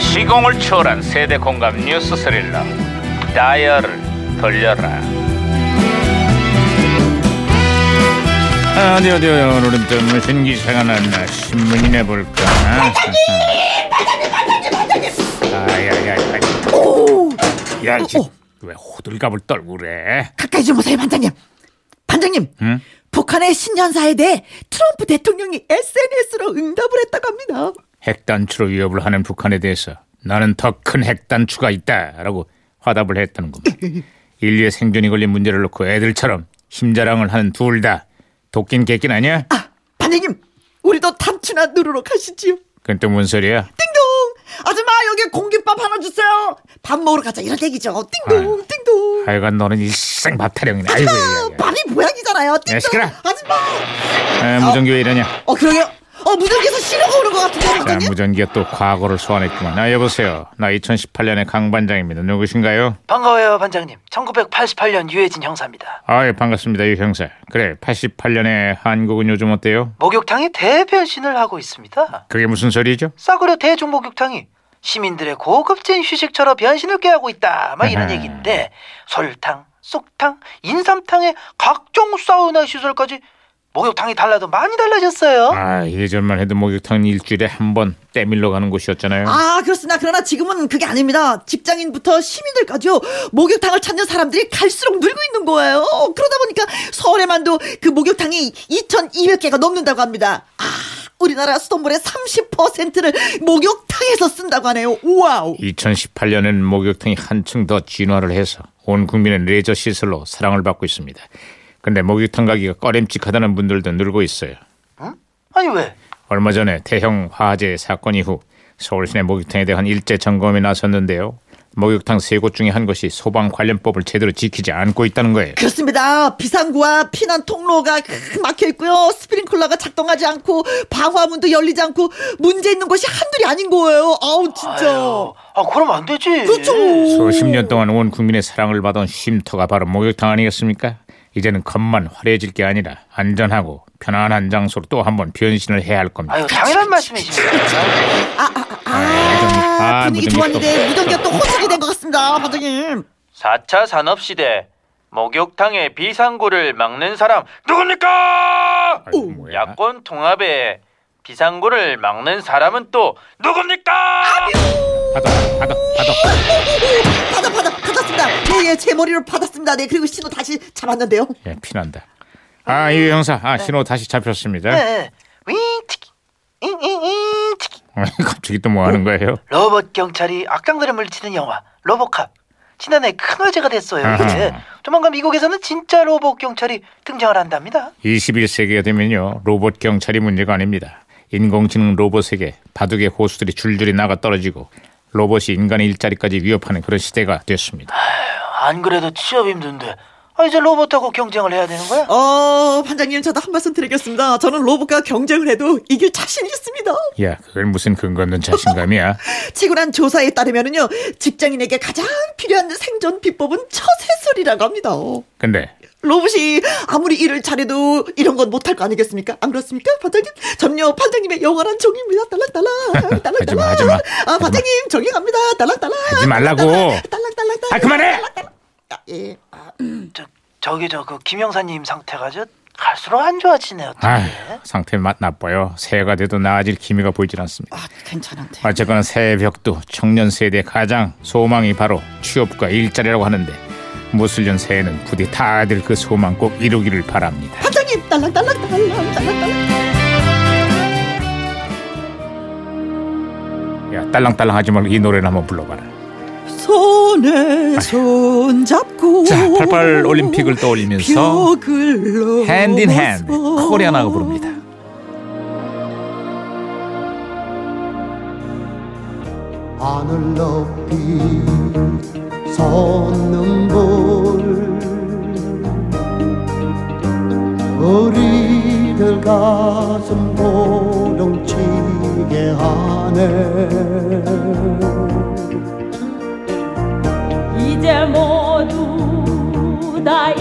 시공을 초월한 세대 공감 뉴스 스릴러 다이얼을 돌려라 아, 어디 어디 어디 오늘은 또 무슨 기사가 났나 신문이나 볼까 반장님 반장님 반장님 반장님 아야야야 야왜 호들갑을 떨고 그래 가까이 좀 오세요, 반장님. 반장님, 응? 북한의 신년사에 대해 트럼프 대통령이 SNS로 응답을 했다고 합니다. 핵단추로 위협을 하는 북한에 대해서 나는 더 큰 핵단추가 있다라고 화답을 했다는 겁니다. 인류의 생존이 걸린 문제를 놓고 애들처럼 힘자랑을 하는 둘 다 도끼는 개낀 아니야? 아, 반장님, 우리도 탐추나 누르러 가시지요. 그건 또 뭔 소리야? 띵동, 아줌마 여기 공깃밥 하나 주세요. 밥 먹으러 가자 이런 얘기죠. 띵동, 아유. 띵동. 하여간 너는 일생 밥타령이네. 아이고, 아줌마, 야, 밥이 모양이잖아요. 띵동. 시끄러. 아줌마. 야. 아, 무전기 왜 이러냐? 어 그러게요. 어 무전기에서 신호가 오는 것 같은데요, 자, 반장님. 무전기가 또 과거를 소환했구만. 아, 여보세요. 나 2018년의 강반장입니다. 누구신가요? 반가워요, 반장님. 1988년 유해진 형사입니다. 아, 예, 반갑습니다. 유 형사. 그래, 88년의 한국은 요즘 어때요? 목욕탕이 대변신을 하고 있습니다. 그게 무슨 소리죠? 싸구려 대중 목욕탕이 시민들의 고급진 휴식처럼 변신을 꾀하고 있다. 막 이런 아하. 얘기인데 설탕, 쑥탕, 인삼탕의 각종 사우나 시설까지 목욕탕이 달라도 많이 달라졌어요. 아 예전만 해도 목욕탕 일주일에 한 번 때밀러 가는 곳이었잖아요. 아 그렇습니다. 그러나 지금은 그게 아닙니다. 직장인부터 시민들까지요 목욕탕을 찾는 사람들이 갈수록 늘고 있는 거예요. 그러다 보니까 서울에만도 그 목욕탕이 2,200개가 넘는다고 합니다. 아 우리나라 수돗물의 30%를 목욕탕에서 쓴다고 하네요. 와우. 2018년엔 목욕탕이 한층 더 진화를 해서 온 국민의 레저 시설로 사랑을 받고 있습니다. 근데 목욕탕 가기가 꺼림칙하다는 분들도 늘고 있어요. 아니 왜? 얼마 전에 대형 화재 사건 이후 서울 시내 목욕탕에 대한 일제 점검에 나섰는데요. 목욕탕 세 곳 중에 한 곳이 소방 관련법을 제대로 지키지 않고 있다는 거예요. 그렇습니다. 비상구와 피난 통로가 크- 막혀 있고요. 스프링클러가 작동하지 않고 방화문도 열리지 않고 문제 있는 곳이 한둘이 아닌 거예요. 아우 진짜. 아유, 예. 아 그럼 안 되지. 그렇죠. 수십 년 동안 온 국민의 사랑을 받은 쉼터가 바로 목욕탕 아니겠습니까? 이제는 겉만 화려해질 게 아니라 안전하고 편안한 장소로 또 한 번 변신을 해야 할 겁니다. 아유 당연한 말씀이십니다. 아, 아, 분위기 무전기 좋았는데 또- 무전기가 또 혼선이 된 것 같습니다, 반장님. 4차 산업시대 목욕탕의 비상구를 막는 사람 누굽니까? 아이고, 뭐야. 야권 통합에 비상구를 막는 사람은 또 누굽니까? 받아, 받아, 받아. 받아, 받아, 받았습니다. 예, 예, 제 머리로 받았습니다. 네, 그리고 신호 다시 잡았는데요. 예, 피난다. 아, 유 형사, 아, 신호 다시 잡혔습니다. 예, 윙 치키 잉잉잉 치키 갑자기 또 뭐 하는 거예요? 로봇 경찰이 악당들을 물리치는 영화 로보캅 지난해 큰 화제가 됐어요. 아하. 이게 조만간 미국에서는 진짜 로봇 경찰이 등장을 한답니다. 21세기가 되면요, 로봇 경찰이 문제가 아닙니다. 인공지능 로봇에게 바둑의 호수들이 줄줄이 나가 떨어지고 로봇이 인간의 일자리까지 위협하는 그런 시대가 됐습니다. 안 그래도 취업 힘든데 아, 이제 로봇하고 경쟁을 해야 되는 거야? 어, 반장님, 저도 한 말씀 드리겠습니다. 저는 로봇과 경쟁을 해도 이길 자신이 있습니다. 야, 그건 무슨 근거 없는 자신감이야? 치고난 조사에 따르면요, 직장인에게 가장 필요한 생존 비법은 처세술이라고 합니다. 근데 로봇이 아무리 일을 잘해도 이런 건 못할 거 아니겠습니까? 안 그렇습니까, 반장님? 전요 반장님의 영원한 종입니다. 딸랑딸랑, 딸랑딸랑. 하지마, 하지마. 아, 반장님, 정이 갑니다. 딸랑딸랑. 하지 말라고. 딸랑딸랑. 아, 그만해! 아, 예. 아, 저, 저기 저 그 김영사님 상태가 저 갈수록 안 좋아지네요. 아, 상태 맛 나빠요. 새해가 돼도 나아질 기미가 보이질 않습니다. 아, 괜찮은데. 어쨌거나 새해 벽도 청년 세대 가장 소망이 바로 취업과 일자리라고 하는데 무술년 새해는 부디 다들 그 소망 꼭 이루기를 바랍니다. 반장님, 딸랑딸랑, 딸랑, 딸랑딸랑. 야, 딸랑딸랑 하지 말고 이 노래를 한번 불러봐라. 손에 손 잡고. 아. 자, 88 올림픽을 떠올리면서 벽을 핸드 인 핸드 어, 넘어서. 코리아나가 부릅니다. 하늘 높이 솟는 불 우리들 가슴 고동치게 하네 이제 모두 다